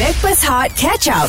Backpass Hot Catch Up.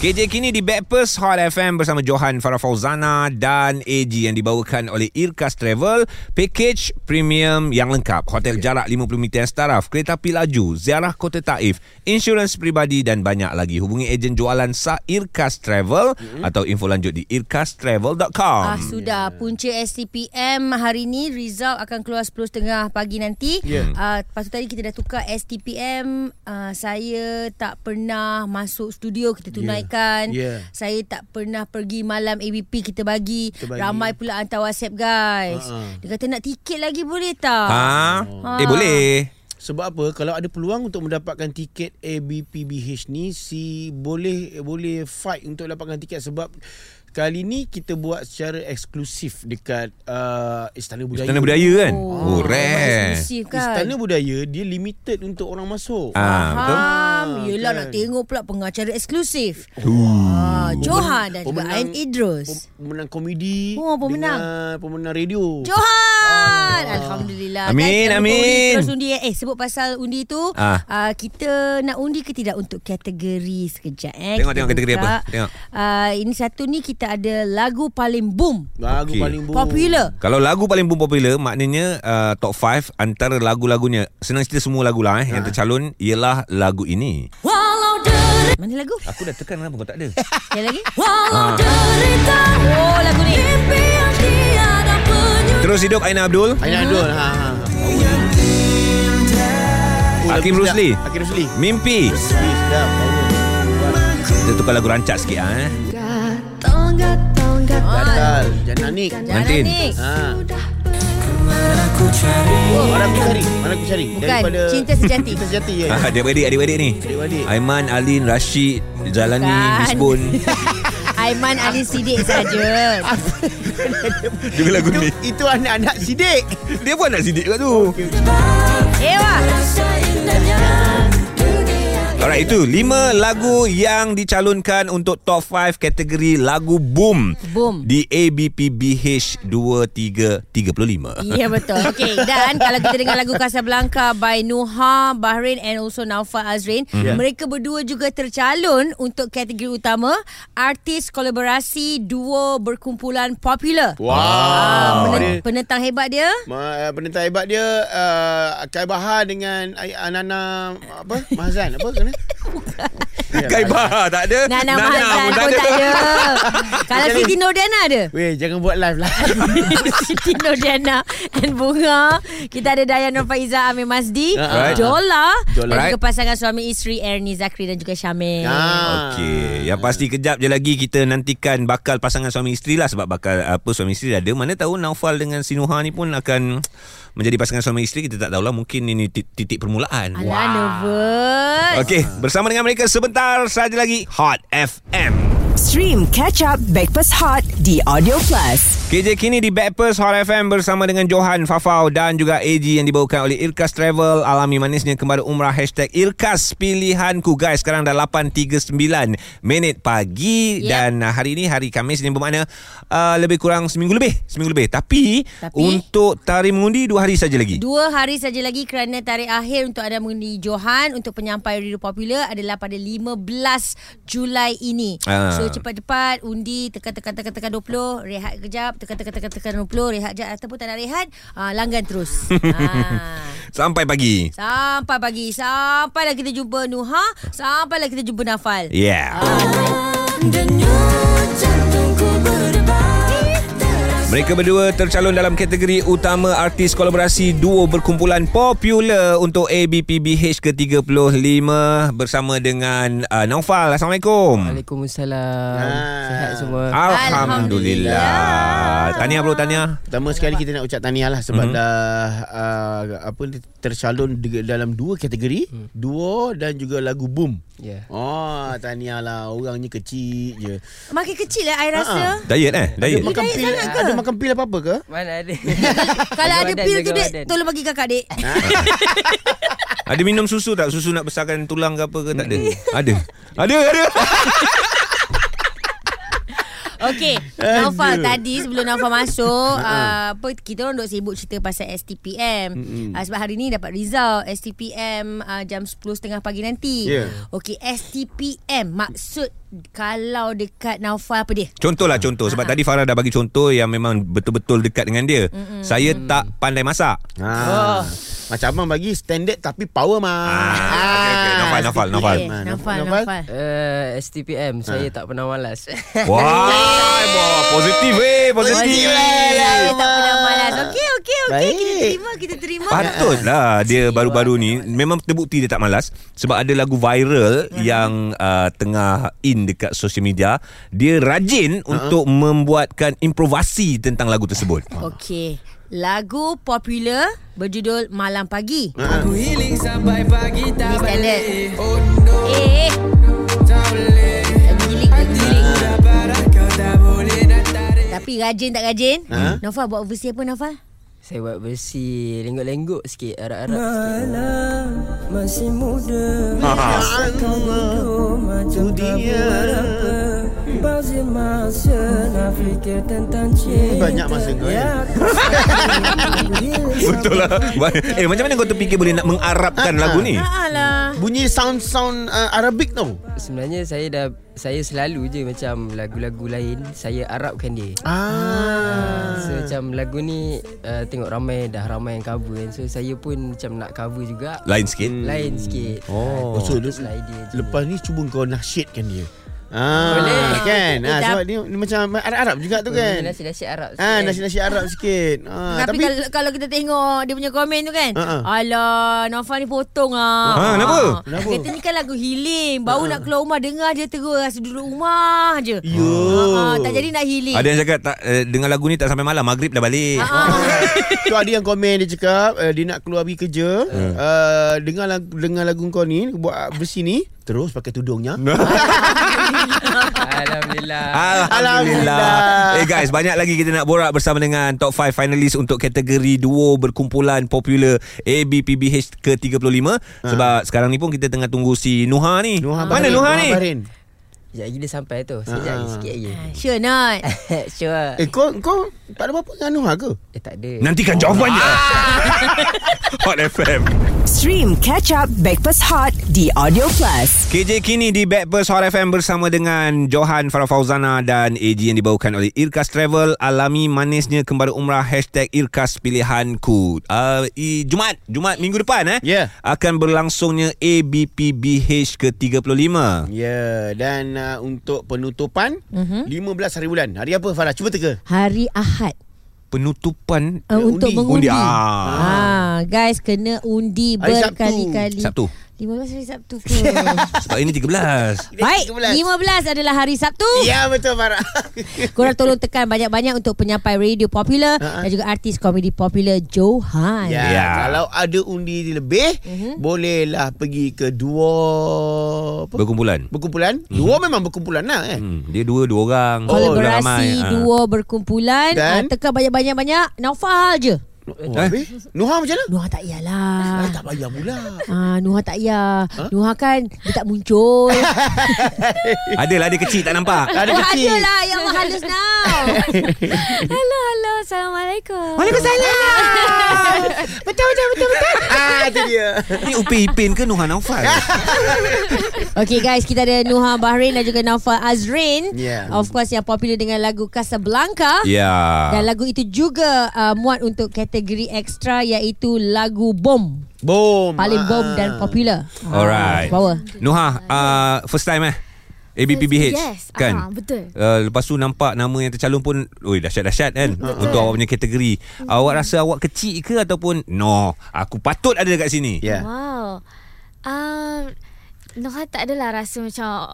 KJ kini di Backpast Hot FM bersama Johan Farah Fauzana dan AG yang dibawakan oleh Irkas Travel. Package premium yang lengkap. Hotel jarak 50 meter yang setaraf, kereta api laju, ziarah kota Taif, insurans peribadi dan banyak lagi. Hubungi ejen jualan Sa Irkas Travel atau info lanjut di irkastravel.com. Ah sudah punca STPM hari ni result akan keluar 10.30 pagi nanti. Ya. Ah lepas tu tadi kita dah tukar STPM ah, saya tak pernah masuk studio kita tunaikan. Ya. Saya tak pernah pergi malam ABP kita bagi. Kita bagi. Ah, Ramai pula hantar WhatsApp guys. Ha-ha. Dia kata nak tiket lagi boleh tak? Ha? Eh Ah. boleh. Sebab apa? Kalau ada peluang untuk mendapatkan tiket ABPBH ni si boleh boleh fight untuk dapatkan tiket sebab kali ni kita buat secara eksklusif dekat uh, Istana Budaya. Istana budaya kan? Oh. Oh, rare. Eksklusif kan. Istana Budaya dia limited untuk orang masuk. Ah, betul. Faham. Ah, Yelah kan. Oh. nak tengok pula pengacara eksklusif. Ah, Johan dan juga Ain Idrus. pem- Pemenang komedi. Oh, pemenang. Dengan pemenang radio. Johan Alhamdulillah Amin, Guys, jangan lupa amin. undi, Terus undi eh. eh sebut pasal undi tu Ah. ah. uh, Kita nak undi ke tidak Untuk kategori sekejap eh. Tengok, Kita tengok kategori buka. apa. Tengok. uh, Ini satu ni kita ada Lagu paling boom Lagu Okey. paling boom. Popular Kalau lagu paling pun popular Maknanya uh, top 5 Antara lagu-lagunya Senang cerita semua lagu lah eh, Yang tercalon Ialah lagu ini Walau derita Mana lagu? Aku dah tekan kenapa kau tak ada Sekali lagi Ah. Walau derita Oh lagu ni Mimpi yang tiada penyusup Terus hidup Aina Abdul Ah. Ayah Adul. Ha, ha, ha. Oh, Hakim lagu Rosli. sedap. Hakim Rusli. Mimpi Please, sedap. Kita tukar lagu rancak sikit ah. eh. Tongga tongga Batal. Jangan naik. Nanti. Ha. Aku cari Oh, Mana aku cari? Mana aku cari? Bukan, cinta sejati. Cinta sejati ya. Ah, Adik-beradik Adik-beradik ni Adik-beradik. Aiman, Alin, Rashid Jalani, Bukan. Hisbun Ah. Aiman Ali Siddiq saja. Juga lagu Itu, itu anak-anak sidik. Dia pun nak sidik juga tu Ewa rasa indahnya dunia Alright itu 5 lagu yang dicalonkan untuk top 5 kategori lagu boom Boom. di ABPBH 2335. Ya betul Okay dan Kalau kita dengar lagu Casablanca By Nuha Bahrain And also Naufa Azrin Ya. Mereka berdua juga tercalon Untuk kategori utama Artis kolaborasi Duo berkumpulan popular Ah, Wow. penet- Dia, Penentang hebat dia ma, eh, penentang hebat dia uh, Kai Bahar dengan Ai- Anana apa? Mahzan apa kena? Ya, Kai Bahar tak ada Nana Mahazan pun pun tak ada Kalau Jadi- Siti Nodiana ada Weh, jangan buat live lah. Siti Nodiana And Bunga Kita ada Dayan Nur Faiza Amir Masdi Ah, Alright. Jola, Ah. Jola. Dan juga Alright. pasangan suami isteri Ernie Zakri Dan juga Syamil Okey, yang pasti kejap je lagi kita nantikan bakal pasangan suami isteri lah sebab bakal apa suami isteri ada. Mana tahu Naufal dengan Sinuha ni pun akan menjadi pasangan suami isteri kita tak tahulah mungkin ini tit- titik permulaan. Alah wow. nervous Okey, bersama dengan mereka sebentar saja lagi Hot FM. Stream Catch Up Backpass Hot di Audio Plus. KJ kini di Backpast Hot FM bersama dengan Johan, Fafau dan juga AG yang dibawakan oleh Irkas Travel. Alami manisnya kembali umrah hashtag Irkas Pilihanku. Guys, sekarang dah 8.39 minit pagi Yep. dan uh, hari ini hari Kamis ni bermakna uh, lebih kurang seminggu lebih. Seminggu lebih. Tapi, Tapi- untuk tarikh mengundi dua hari saja lagi. Dua hari saja lagi kerana tarikh akhir untuk anda mengundi Johan untuk penyampai Radio Popular adalah pada 15 Julai ini. Ah. So cepat-cepat undi tekan-tekan tekan-tekan 20, rehat kejap, tekan-tekan tekan-tekan 20, rehat kejap ataupun tak nak rehat, ah, langgan terus. ah. Sampai pagi. Sampai pagi, sampailah kita jumpa Nuha, sampailah kita jumpa Nafal. Yeah. Denyut jantungku berdebar Terasa Mereka berdua tercalon dalam kategori utama artis kolaborasi duo berkumpulan popular untuk ABPBH ke-35 bersama dengan uh, Naufal. Assalamualaikum. Waalaikumsalam. Ah. Sihat semua. Alhamdulillah. Tahniah bro, tahniah. Pertama sekali kita nak ucap tahniah lah Mhm. sebab mm-hmm. dah uh, apa ni, tercalon de- dalam dua kategori, mm. duo dan juga lagu boom. Ya. Oh, tahniah lah. Orangnya kecil je. Makin kecil lah I rasa. Diet eh? Diet. Makan Diet pil, sangat ke? ada makan pil apa-apa ke? Mana ada? Kalau ada Wadan, pil tu jaga dek, wadan. tolong bagi kakak dek. Ada minum susu tak? Susu nak besarkan tulang ke apa ke? Tak ada. Ada. Ada, ada. Okey, Naufal tadi sebelum Naufal masuk, uh, apa kita orang duk sibuk cerita pasal STPM. Mm-hmm. Uh, sebab hari ni dapat result STPM uh, jam 10.30 pagi nanti. Ya. Okey, STPM maksud kalau dekat Naufal apa dia? Contohlah contoh Sebab tadi Farah dah bagi contoh Yang memang betul-betul dekat dengan dia mm Saya tak pandai masak Ha. Oh. Macam abang bagi standard tapi power mah. Ah, okey, okey. Nafal, nafal, nafal. Okey, Eh, Naufal, Eh. Naufal. Uh, STPM Saya tak pernah malas Wah boh, Positif eh Positif eh Tak pernah malas. Okey, okey, okey. Kita Baik. terima, kita terima. Patutlah dia baru-baru ni memang terbukti dia tak malas sebab ada lagu viral yang uh, tengah in dekat social media dia rajin untuk membuatkan improvasi tentang lagu tersebut. Oh. Okey. Lagu popular berjudul Malam Pagi. Aku healing sampai pagi Ini tak standard. balik Oh no Eh, tak boleh lagu giling, lagu giling. Dah parah kau tak boleh nak tarik Tapi rajin tak rajin? Ha? Nafal buat overseas apa Nafal? Saya buat bersih Lenggok-lenggok sikit Arak-arak sikit Ah. Banyak masa kau ya. Betul lah. Eh macam mana kau terfikir boleh nak mengarabkan lagu ni? Alah. Bunyi sound-sound uh, Arabic tau. Sebenarnya saya dah Saya selalu je macam Lagu-lagu lain Saya Arabkan dia Ah. So macam lagu ni uh, Tengok ramai Dah ramai yang cover kan So saya pun macam nak cover juga Lain sikit. Lain sikit Oh. So, Itu le- idea je lepas ni cuba kau nasyidkan dia. Ah, Boleh. kan? Eh, Ah, tap- sebab dia, dia macam Arab-Arab juga tu kan. Nasi-nasi Arab sikit Ah, kan. nasi-nasi Arab sikit. Ah, tapi, tapi kalau, kalau kita tengok dia punya komen tu kan. Ha, ha. Alah, Nafal ni potong ah. Ha, kenapa? Kenapa? Kata ni kan lagu healing. Baru nak keluar rumah dengar dia terus rasa duduk rumah je. Yo. ah, Ha, ha, tak jadi nak healing. Ada yang cakap tak, eh, dengan lagu ni tak sampai malam maghrib dah balik. Tu ada yang komen dia cakap uh, dia nak keluar pergi kerja uh. Uh, dengar lagu dengar lagu kau ni buat bersih ni terus pakai tudungnya. Alhamdulillah Alhamdulillah. Eh guys, banyak lagi kita nak borak bersama dengan top 5 finalis untuk kategori duo berkumpulan popular ABPBH ke-35 sebab sekarang ni pun kita tengah tunggu si Nuha ni. Ah. Nuha Mana Bahrain, Nuha ni? Bahrain. Sekejap lagi dia sampai tu Sekejap lagi sikit lagi Sure not. Sure Ah. Eh kau kau tak ada apa-apa dengan Nuha ke? Eh tak ada Nantikan jawapan dia. Ah. Hot FM. Stream Catch Up Backpass Hot di Audio Plus. KJ kini di Backpast Hot FM bersama dengan Johan Farah Fauzana dan AG yang dibawakan oleh Irkas Travel. Alami manisnya kembali umrah hashtag Irkas Pilihanku. Uh, i, Jumat, Jumat minggu depan eh. Ya. Akan berlangsungnya ABPBH ke-35. Ya dan uh, untuk penutupan Mhm. 15 hari bulan. Hari apa Farah? Cuba teka. Hari Ahad. Penutupan Uh, untuk undi. mengundi. Undi, ah. Ah, guys kena undi Hari Sabtu. berkali-kali. Sabtu. 15 hari Sabtu ke? Sebab ini 13. Baik, 13. 15 adalah hari Sabtu. Yeah. Ya betul Farah. Korang tolong tekan banyak-banyak untuk penyampai radio popular Ah, uh-huh. dan juga artis komedi popular Johan. Yeah. Ya, Ya. ya, kalau ada undi lebih, Mhm. bolehlah pergi ke dua apa? Berkumpulan. berkumpulan. Mhm. Dua memang berkumpulan lah kan. Hmm, dia dua, dua orang. Oh, Orang Kolaborasi ramai. Ah. duo berkumpulan Dan? dan? tekan banyak-banyak-banyak Naufal je. Oh, Eh? habis? Nuha macam mana? Nuha tak Ah, iyalah. tak payah pula. Ah, Nuha tak iya. Huh? Nuha kan dia tak muncul. Adalah lah, dia kecil tak nampak. Ada oh, kecil. adalah yang Allah halus now. hello, hello. Assalamualaikum. Waalaikumsalam. Betul betul betul betul. ah itu dia. Ni Upi Ipin ke Nuhan Naufal? Okay guys, kita ada Nuha Bahrain dan juga Naufal Azrin. Yeah. Of course yang popular dengan lagu Casablanca. Ya. Dan lagu itu juga uh, muat untuk kategori ekstra iaitu lagu bom. Boom. Paling bom Ya. dan popular. Ah, Ah. Alright. Bawa. Nuha, uh, first time eh? ABPBH Yes, kan? ah, betul. Uh, lepas tu nampak nama yang tercalon pun Oi dahsyat-dahsyat kan Untuk awak punya kategori Awak rasa awak kecil ke Ataupun No Aku patut ada dekat sini Ya. Wow. Um, Noha tak adalah rasa macam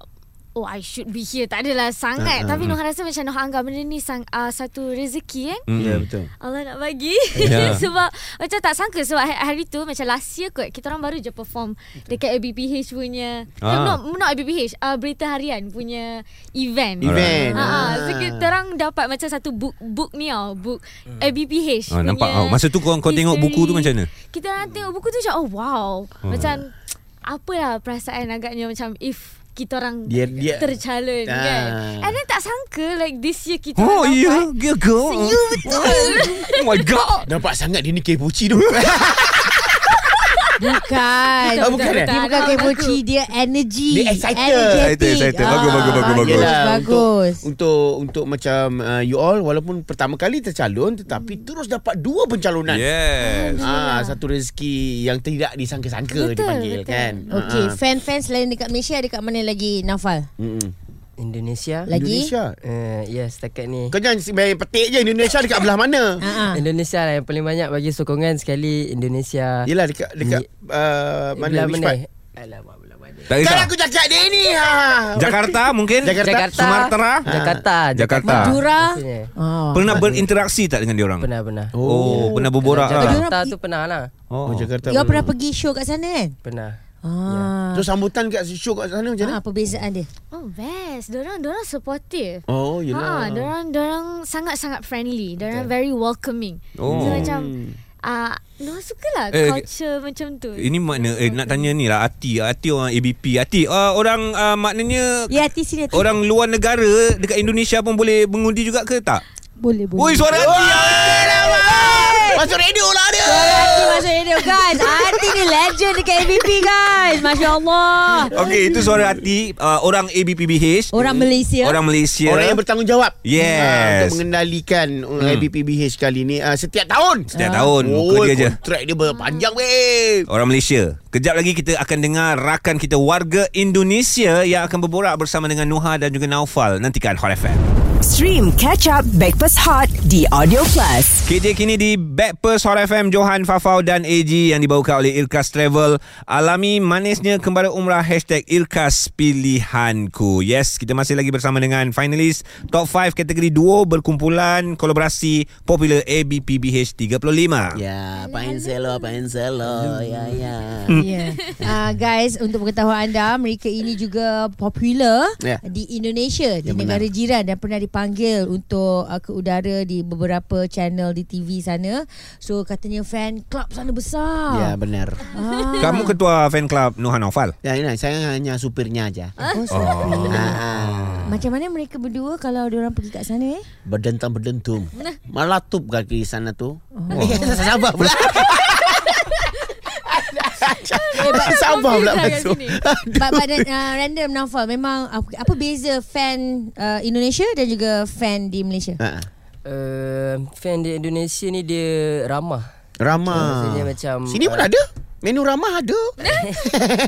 Oh I should be here Tak adalah sangat uh, uh, Tapi Noha rasa macam Noha anggap benda ni sang, uh, Satu rezeki kan Ya Mm. betul. Allah nak bagi Ya. yeah. Sebab Macam tak sangka Sebab hari, hari tu Macam last year kot Kita orang baru je perform Dekat ABPH punya Ah. ah. no, not, not ABPH uh, Berita Harian punya Event Event. Ha, ah. so kita orang dapat macam satu book book ni tau, book Ya. ABPH. Ah, punya nampak. Ah, masa tu korang- kau tengok buku tu macam mana? Ah. Kita orang tengok buku tu macam oh wow. Macam apa lah perasaan agaknya macam if kita orang Dia- dia- tercalon Ah. kan. And then tak sangka like this year kita Oh orang ya, dapat. yeah, Kan girl. You betul. Oh my god. Nampak sangat dia ni kepoci tu. Bukan. Oh, bukan, eh? Dia bukan Tak, kepoci, dia energy. Ah, Dia excited. Excited, excited. Bagus, bagus, bagus, bagus. Ah. Yelah, Bagus. Untuk, untuk untuk macam uh, you all walaupun pertama kali tercalon tetapi terus dapat dua pencalonan. Yes. Ah, satu rezeki yang tidak disangka-sangka Betul, dipanggil betul. kan. Okay, Ah. fan-fans lain dekat Malaysia dekat mana lagi Nafal? Mm-mm. Indonesia. Lagi? ah. Indonesia. Uh, ya, yes, setakat ni. Kau jangan main petik je Indonesia dekat belah mana? Ha. Indonesia lah yang paling banyak bagi sokongan sekali Indonesia. Yelah dekat dekat uh, mana ah. Belah which mana? part? Alamak, belah mana? Tak Kan kisah. aku cakap dia ni ha. Jakarta mungkin? Jakarta. Ah. Sumatera? Ah. Jakarta. Jakarta. Madura. Maksudnya. Oh. Pernah berinteraksi tak dengan dia orang? Pernah, pernah. Oh, pernah berborak Jakarta lah. Jakarta tu pernah lah. Oh. Oh, Jakarta. You all pernah pergi show kat sana kan? Pernah. Ya. Ah. Terus sambutan kat show kat sana macam mana? Ha, perbezaan dia. Oh best. Dorang dorang supportive. Oh, Ha, yelah. dorang dorang sangat-sangat friendly. Dorang very welcoming. Oh. Hmm. So macam ah uh, dorang sukalah Eh, culture macam tu. Ini makna eh, nak tanya ni lah Ati Ati orang ABP Ati uh, orang uh, maknanya Ya, hati sini hati. Orang luar negara dekat Indonesia pun boleh mengundi juga ke tak? Boleh boleh. Woi suara Ati Masuk radio lah dia. Hati masuk radio guys. Ah, Hati ni legend dekat ABP guys. Masya Allah. Okey itu suara Ati uh, orang ABPBH Orang Malaysia. orang Malaysia Orang yang bertanggungjawab. Ya. Yes. Ah, untuk mengendalikan hmm. IBPBH kali ni ah, setiap tahun. Oh, setiap tahun muka dia je. kontrak dia berpanjang weh. Orang Malaysia. Kejap lagi kita akan dengar rakan kita warga Indonesia yang akan berborak bersama dengan Nuha dan juga Naufal. Nantikan Hot FM. Stream Catch Up Backpass Hot di Audio Plus. KJ kini di Backpers Hot FM Johan Fafau dan AG yang dibawakan oleh Irkas Travel. Alami manisnya kembali umrah hashtag Irkas Pilihanku. Yes, kita masih lagi bersama dengan finalis top 5 kategori duo berkumpulan kolaborasi popular ABPBH 35. Yeah. Ya, pahin selo, pahin selo. Ya, ya. Yeah. Uh, guys, untuk pengetahuan anda, mereka ini juga popular Ya. yeah. di Indonesia, di Ya, negara benar. jiran dan pernah dipanggil untuk uh, ke udara di beberapa channel di TV sana. So katanya fan club sana Ya, besar. benar. Ah. Kamu ketua fan club Nuha Naufal. Ya, ini saya hanya supirnya aja. Oh, so Ah, pretty. Oh. ah. Macam mana mereka berdua kalau orang pergi kat sana eh? Berdentum-berdentum. Melatup kaki sana tu. Oh. Eh, sabar pula. Sabar pula Ah, Confused Eh, lah kat masuk. sini. But, but uh, random Naufal Memang uh, apa beza fan uh, Indonesia dan juga fan di Malaysia? Ah, ah. Uh, fan di Indonesia ni dia ramah. Ramah. Maksudnya macam- Sini pun ada. Menu ramah ada.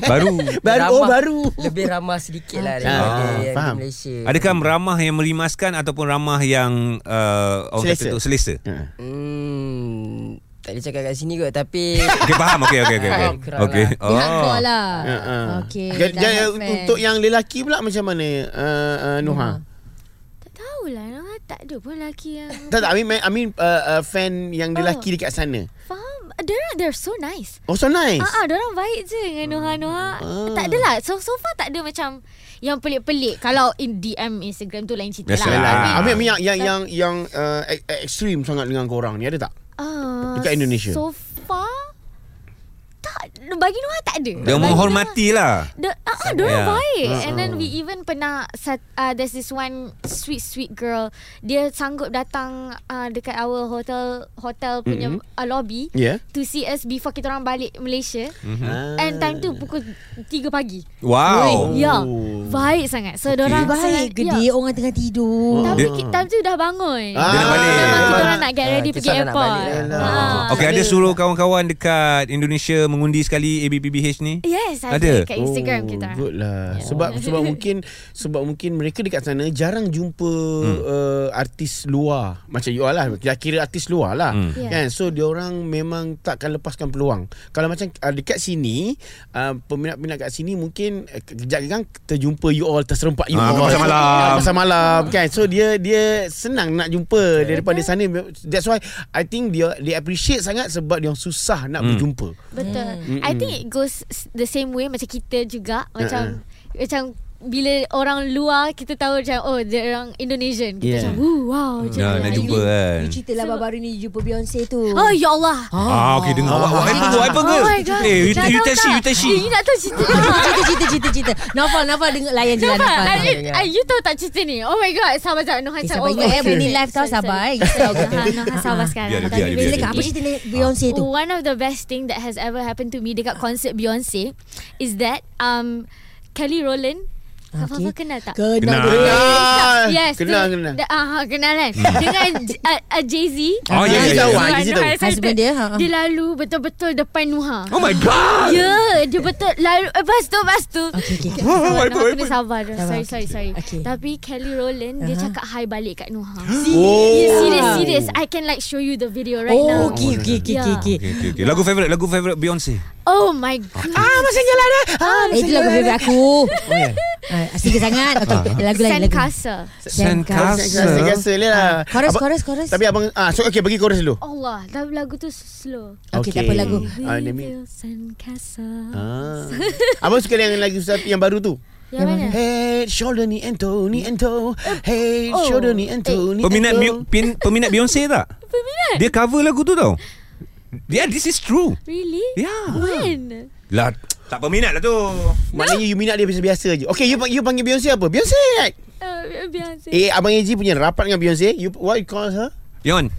Baru. Baru oh Ramah- baru. Lebih ramah sedikit lah Ah, daripada yang faham. di Malaysia. Adakah ramah yang merimaskan ataupun ramah yang uh, orang Selesa. kata tu selesa? Ah. Hmm, tak boleh cakap kat sini kot tapi Okey faham. Okey okey okey. Faham, Okey. kurang Okey. Oh. Dia hardcore lah Ah, ah. Okay Dan- dan diehard fan. untuk yang lelaki pula macam mana uh, uh, Nuha? Tak tahulah Noha tak ada pun lelaki yang Tak tak I mean, I mean uh, uh, fan yang lelaki dekat sana. faham. They're they're so nice. Oh so nice. Ah, ah, orang baik je dengan Noha Hmm. Noha. Ah. Tak adalah. So so far tak ada macam yang pelik-pelik. Kalau in DM Instagram tu lain cerita Biasalah. lah. Alah, Ah. Amin Amin yang yang yang yang uh, ek- ekstrim sangat dengan korang ni ada tak? Ah, Dekat Indonesia. So far tak bagi Noha tak ada. Dia Bagi menghormati lah. The, ah, ah, dorang Ya. baik. And then we even pernah sat, uh, there's this one sweet sweet girl. Dia sanggup datang uh, dekat our hotel hotel punya mm-hmm. uh, lobby Ya. to see us before kita orang balik Malaysia. Mm-hmm. Ah. And time tu pukul 3 pagi. Mm. Wow. Ya. Baik sangat. So okay. dorang Ah, Baik sangat- gede ya. Orang tengah Oh. tidur Tapi Dia- kita time tu dah bangun. Ah. Dia nak balik. Memang kita orang nak get Ah, ready kita pergi orang nak airport. balik dah. Ah. Okey ada suruh kawan-kawan dekat Indonesia mengundi sekali ABPBH ni? Yes, ada, Ada? Oh. kat Instagram kita. Ya. orang. Good lah. Sebab sebab mungkin sebab mungkin mereka dekat sana jarang jumpa hmm. uh, artis luar. Macam you all lah. Kita kira artis luar lah. Hmm. Ya. Yeah. Kan? So dia orang memang takkan lepaskan peluang. Kalau macam uh, dekat sini uh, peminat-peminat kat sini mungkin uh, kejap kan terjumpa you all terserempak you Ah, all. pasal malam. Pasal malam Hmm. kan. So dia dia senang nak jumpa yeah. daripada sana. That's why I think dia dia appreciate sangat sebab dia orang susah nak hmm. berjumpa. Hmm. Betul. Mm. I think it goes s- the same way macam kita juga macam uh-uh. macam bila orang luar kita tahu macam oh dia orang Indonesian kita Yeah. macam "Woo, wow macam Dah, dah tu. jumpa kan. You cerita lah baru-baru ni jumpa Beyonce tu. Oh ya Allah Ah, okay dengar. Wah, wah, apa buat apa ke? Oh my god. Eh, you, Nak you tahu test she, tak? you test she. Eh, you nak tahu cerita ni? cerita cerita cerita cerita. Nafal nafal dengar layan je lah Sabar. nafal. Ain, Ain, you tahu tak cerita ni? Oh my god, sabar Oh, sekejap. Noh Eh, macam sabar ingat eh, benda ni live tau sabar eh. Kita Noh sabar sekarang. Biar dia, biar dia, biar Tadi bila dia. Silakan apa cerita Beyonce tu? One of the best thing that has ever happened to me dekat konsert Beyonce is that um Kelly Rowland Kak Okay. Fafa kenal tak? Kenal. Kenal. dia. Kenal. Yes. Ah, Kenal, tu- kenal. da- Ah, ah, kenal kan? Hmm. Dengan J- ah, ah, Jay-Z. Oh, ya, ya, ya. Tahu, Nuha, ah, Jay-Z Nuha tahu. excited. Husband dia, ha, ha. Dia lalu betul-betul depan Nuha. Oh my god. Ya, dia betul lalu lepas tu lepas tu. Okay, okay, okay. Nuha kena sabar dah. Sabar, Sorry, sorry, sorry. Okay. Uh-huh. Tapi Kelly Rowland dia cakap hi balik kat Nuha. Oh. Yeah, serious, serious. I can like show you the video right now. Oh, okay, okay, okay, okay, Yeah. okay. Okay, okay, okay. Lagu favorite, lagu favorite Beyonce. Oh my god. Ah, macam jalan dah. Ah, Eh, itu lagu favourite aku. Oh, ya. Ah, Asyik sangat. Okay, lagu lain. lagu. Sandcastle. Sentiasa lah. Ah, Chorus, Abang- chorus, chorus. Tapi abang ah so okey bagi chorus dulu. Allah, lagu, lagu tu slow. Okay, tak apa lagu. Ah, let me- Build Sandcastle. Ah. Abang suka yang lagu satu yang baru tu. Yang mana? Head, shoulder ni and toe, ni and toe. Head, Oh. shoulder ni and toe, ni and Peminat Be- toe. pin, peminat Beyonce tak? Peminat. Dia cover lagu tu tau. Yeah, this is true. Really? Eh, Yeah. When? Lah, tak peminat lah tu. Maknanya you minat dia biasa-biasa je. Okay, you, pang- you panggil Beyonce apa? Beyonce right? Uh, Beyonce. Eh, Abang Eji punya rapat dengan Beyonce. You, what you call her? Yon.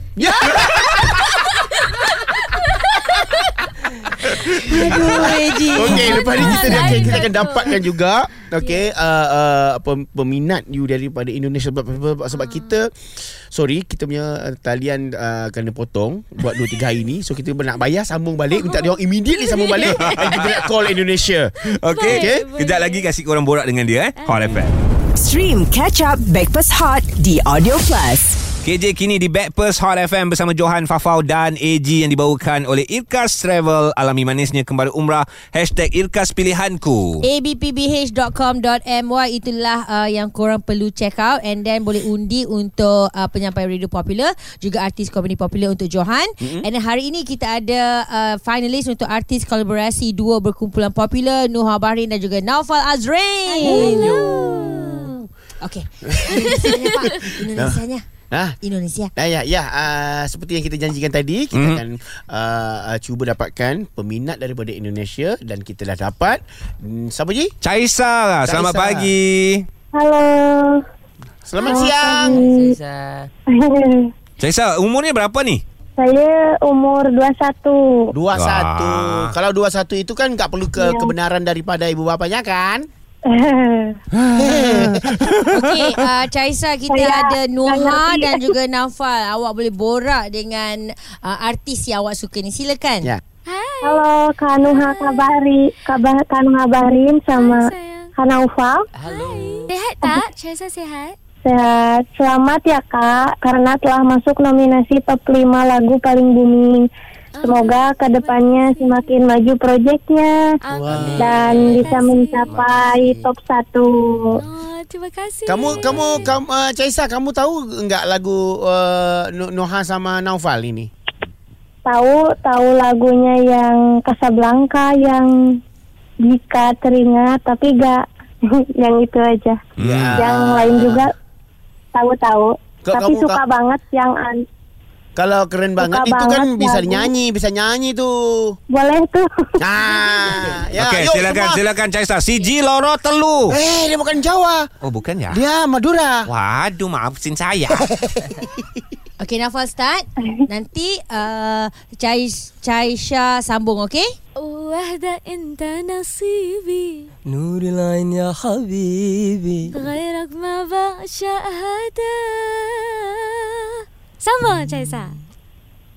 Aduh, Eji. Okay, lepas ni kita, Betul. okay, kita akan Betul. dapatkan juga okay, uh, uh, pem- peminat you daripada Indonesia sebab, sebab, sebab kita sorry, kita punya uh, talian uh, kena potong buat 2-3 hari ni so kita nak bayar sambung balik minta dia orang immediately sambung balik dan kita nak call Indonesia Okay. Boleh, okay. boleh. Kejap lagi kasih korang borak dengan dia eh. Hot FM. Stream Catch Up Backpass Hot The Audio Plus. KJ kini di Backpast Hot FM bersama Johan Fafau dan AG yang dibawakan oleh Irkas Travel. Alami manisnya kembali umrah. Hashtag Irkas Pilihanku. abpbh.com.my itulah uh, yang korang perlu check out and then boleh undi untuk uh, penyampai radio popular juga artis komedi popular untuk Johan mm-hmm. and then hari ini kita ada uh, finalist untuk artis kolaborasi duo berkumpulan popular Nuha Bahrin dan juga Naufal Azrin Okay Indonesianya Pak Indonesianya Nah, Indonesia Nah, ya, ya uh, seperti yang kita janjikan tadi, kita mm-hmm. akan uh, uh, cuba dapatkan peminat daripada Indonesia dan kita dah dapat. Hmm, siapa Ji? Caisa, selamat Caisa. pagi. Halo. Selamat siang. Saya Caisa, umurnya berapa ni? Saya umur 21. 21. Kalau 21 itu kan tak perlu ke Ya. kebenaran daripada ibu bapanya kan? Okay, uh, Chaisa kita Saya ada Nuha ngerti. dan juga Naufal. Awak boleh borak dengan uh, artis yang awak suka ni. Silakan. Ya. Halo, Kak Nuha ha Kabari, Kabah, Kak Nuha Bahrin sama Hai, sayang. Hanaufa. Sehat tak? Syaisa sehat? Sehat. Selamat ya Kak, karena telah masuk nominasi top 5 lagu paling booming. Semoga kedepannya semakin maju proyeknya Amin. dan bisa mencapai top 1. Oh, terima kasih. Kamu kamu kamu uh, Caisa kamu tahu enggak lagu uh, Nu- Noha sama Naufal ini? Tahu tahu lagunya yang Casablanca yang jika teringat tapi gak yang itu aja. Hmm. Ya. Yang lain juga tahu-tahu. Kau- Tapi kamu- suka kau- banget yang an- Kalau keren banget Suka itu kan banget bisa lagu. nyanyi, bisa nyanyi tuh. boleh tuh. Ah, ya. Okey, yuk silakan, semua. silakan Caisa. CG Loro Telu. Eh, dia bukan Jawa. Oh, bukan ya? Dia Madura. Waduh, maafin saya. Okay, Naufal start. Nanti uh, Chais, Chaisha sambung, okay? Wahda inta nasibi Nuri lain ya habibi Ghairak ma ba'sha hada Sama Syaisa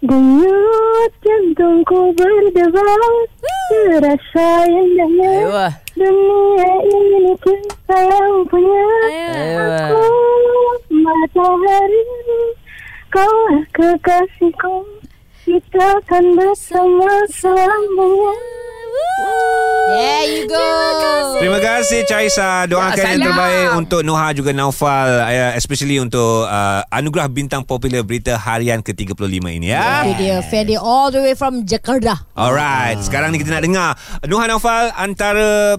Denyut jantungku berdebar Terasa indahnya Wah Dunia ini kita yang punya Aku matahari Kaulah kekasihku Kita akan bersama selamanya There you go. Terima kasih Caisa. Doakan yang terbaik untuk Noha juga Naufal. eh, Especially untuk uh, Anugerah Bintang Popular Berita Harian ke-35 ini ya. Itu dia, fan dia all the way from Jakarta. Ah. Alright, sekarang ni kita nak dengar Nuhan Naufal antara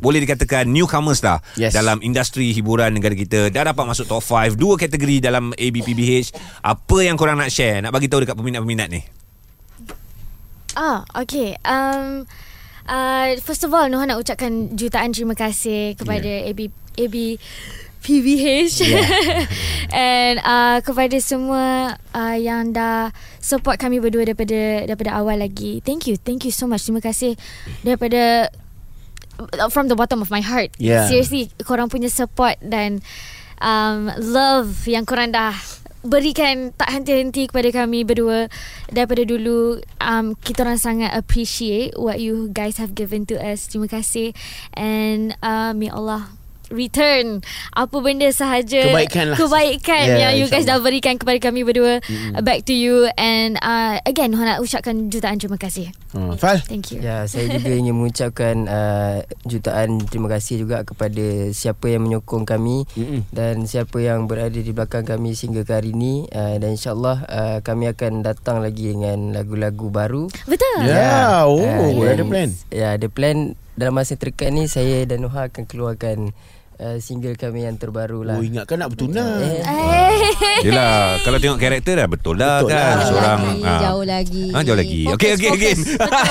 boleh dikatakan newcomers dah Yes. dalam industri hiburan negara kita dah dapat masuk top 5 dua kategori dalam ABPBH apa yang korang nak share nak bagi tahu dekat peminat-peminat ni Ah, okay. Um, uh, first of all, Noha nak ucapkan jutaan terima kasih kepada yeah. AB AB PBH and uh, kepada semua uh, yang dah support kami berdua daripada daripada awal lagi. Thank you, thank you so much. Terima kasih daripada uh, from the bottom of my heart. Yeah. Seriously, korang punya support dan um, love yang korang dah berikan tak henti-henti kepada kami berdua daripada dulu um, kita orang sangat appreciate what you guys have given to us terima kasih and uh, may Allah return apa benda sahaja Kebaikan lah. kebaikan Yeah, yang you guys insyaAllah. dah berikan kepada kami berdua mm. back to you and uh, again Hana ucapkan jutaan terima kasih Hmm. Fal. thank you Ya, saya juga ingin mengucapkan uh, jutaan terima kasih juga kepada siapa yang menyokong kami Mm-mm. dan siapa yang berada di belakang kami sehingga ke hari ini uh, dan insyaallah uh, kami akan datang lagi dengan lagu-lagu baru. Ah, betul Ya, yeah. oh, dan- ada plan. Ya, ada plan dalam masa terdekat ni saya dan Noha akan keluarkan uh, single kami yang terbaru lah. Oh, ingatkan nak bertunang. Eh, Yelah Kalau tengok karakter dah betul lah Betul betul kan lah. Seorang lagi, ah. Jauh lagi Ah, jauh lagi. Fokus, Okey okey okey. fokus.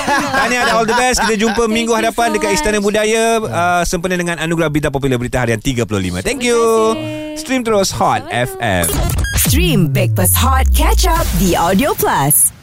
Tahniah dah all the best. Kita jumpa Thank minggu you hadapan so dekat Istana much. Budaya uh, sempena dengan anugerah Bita Popular Berita Harian 35. Thank you. Stream terus Hot FM. Stream Breakfast Hot Catch Up The Audio Plus.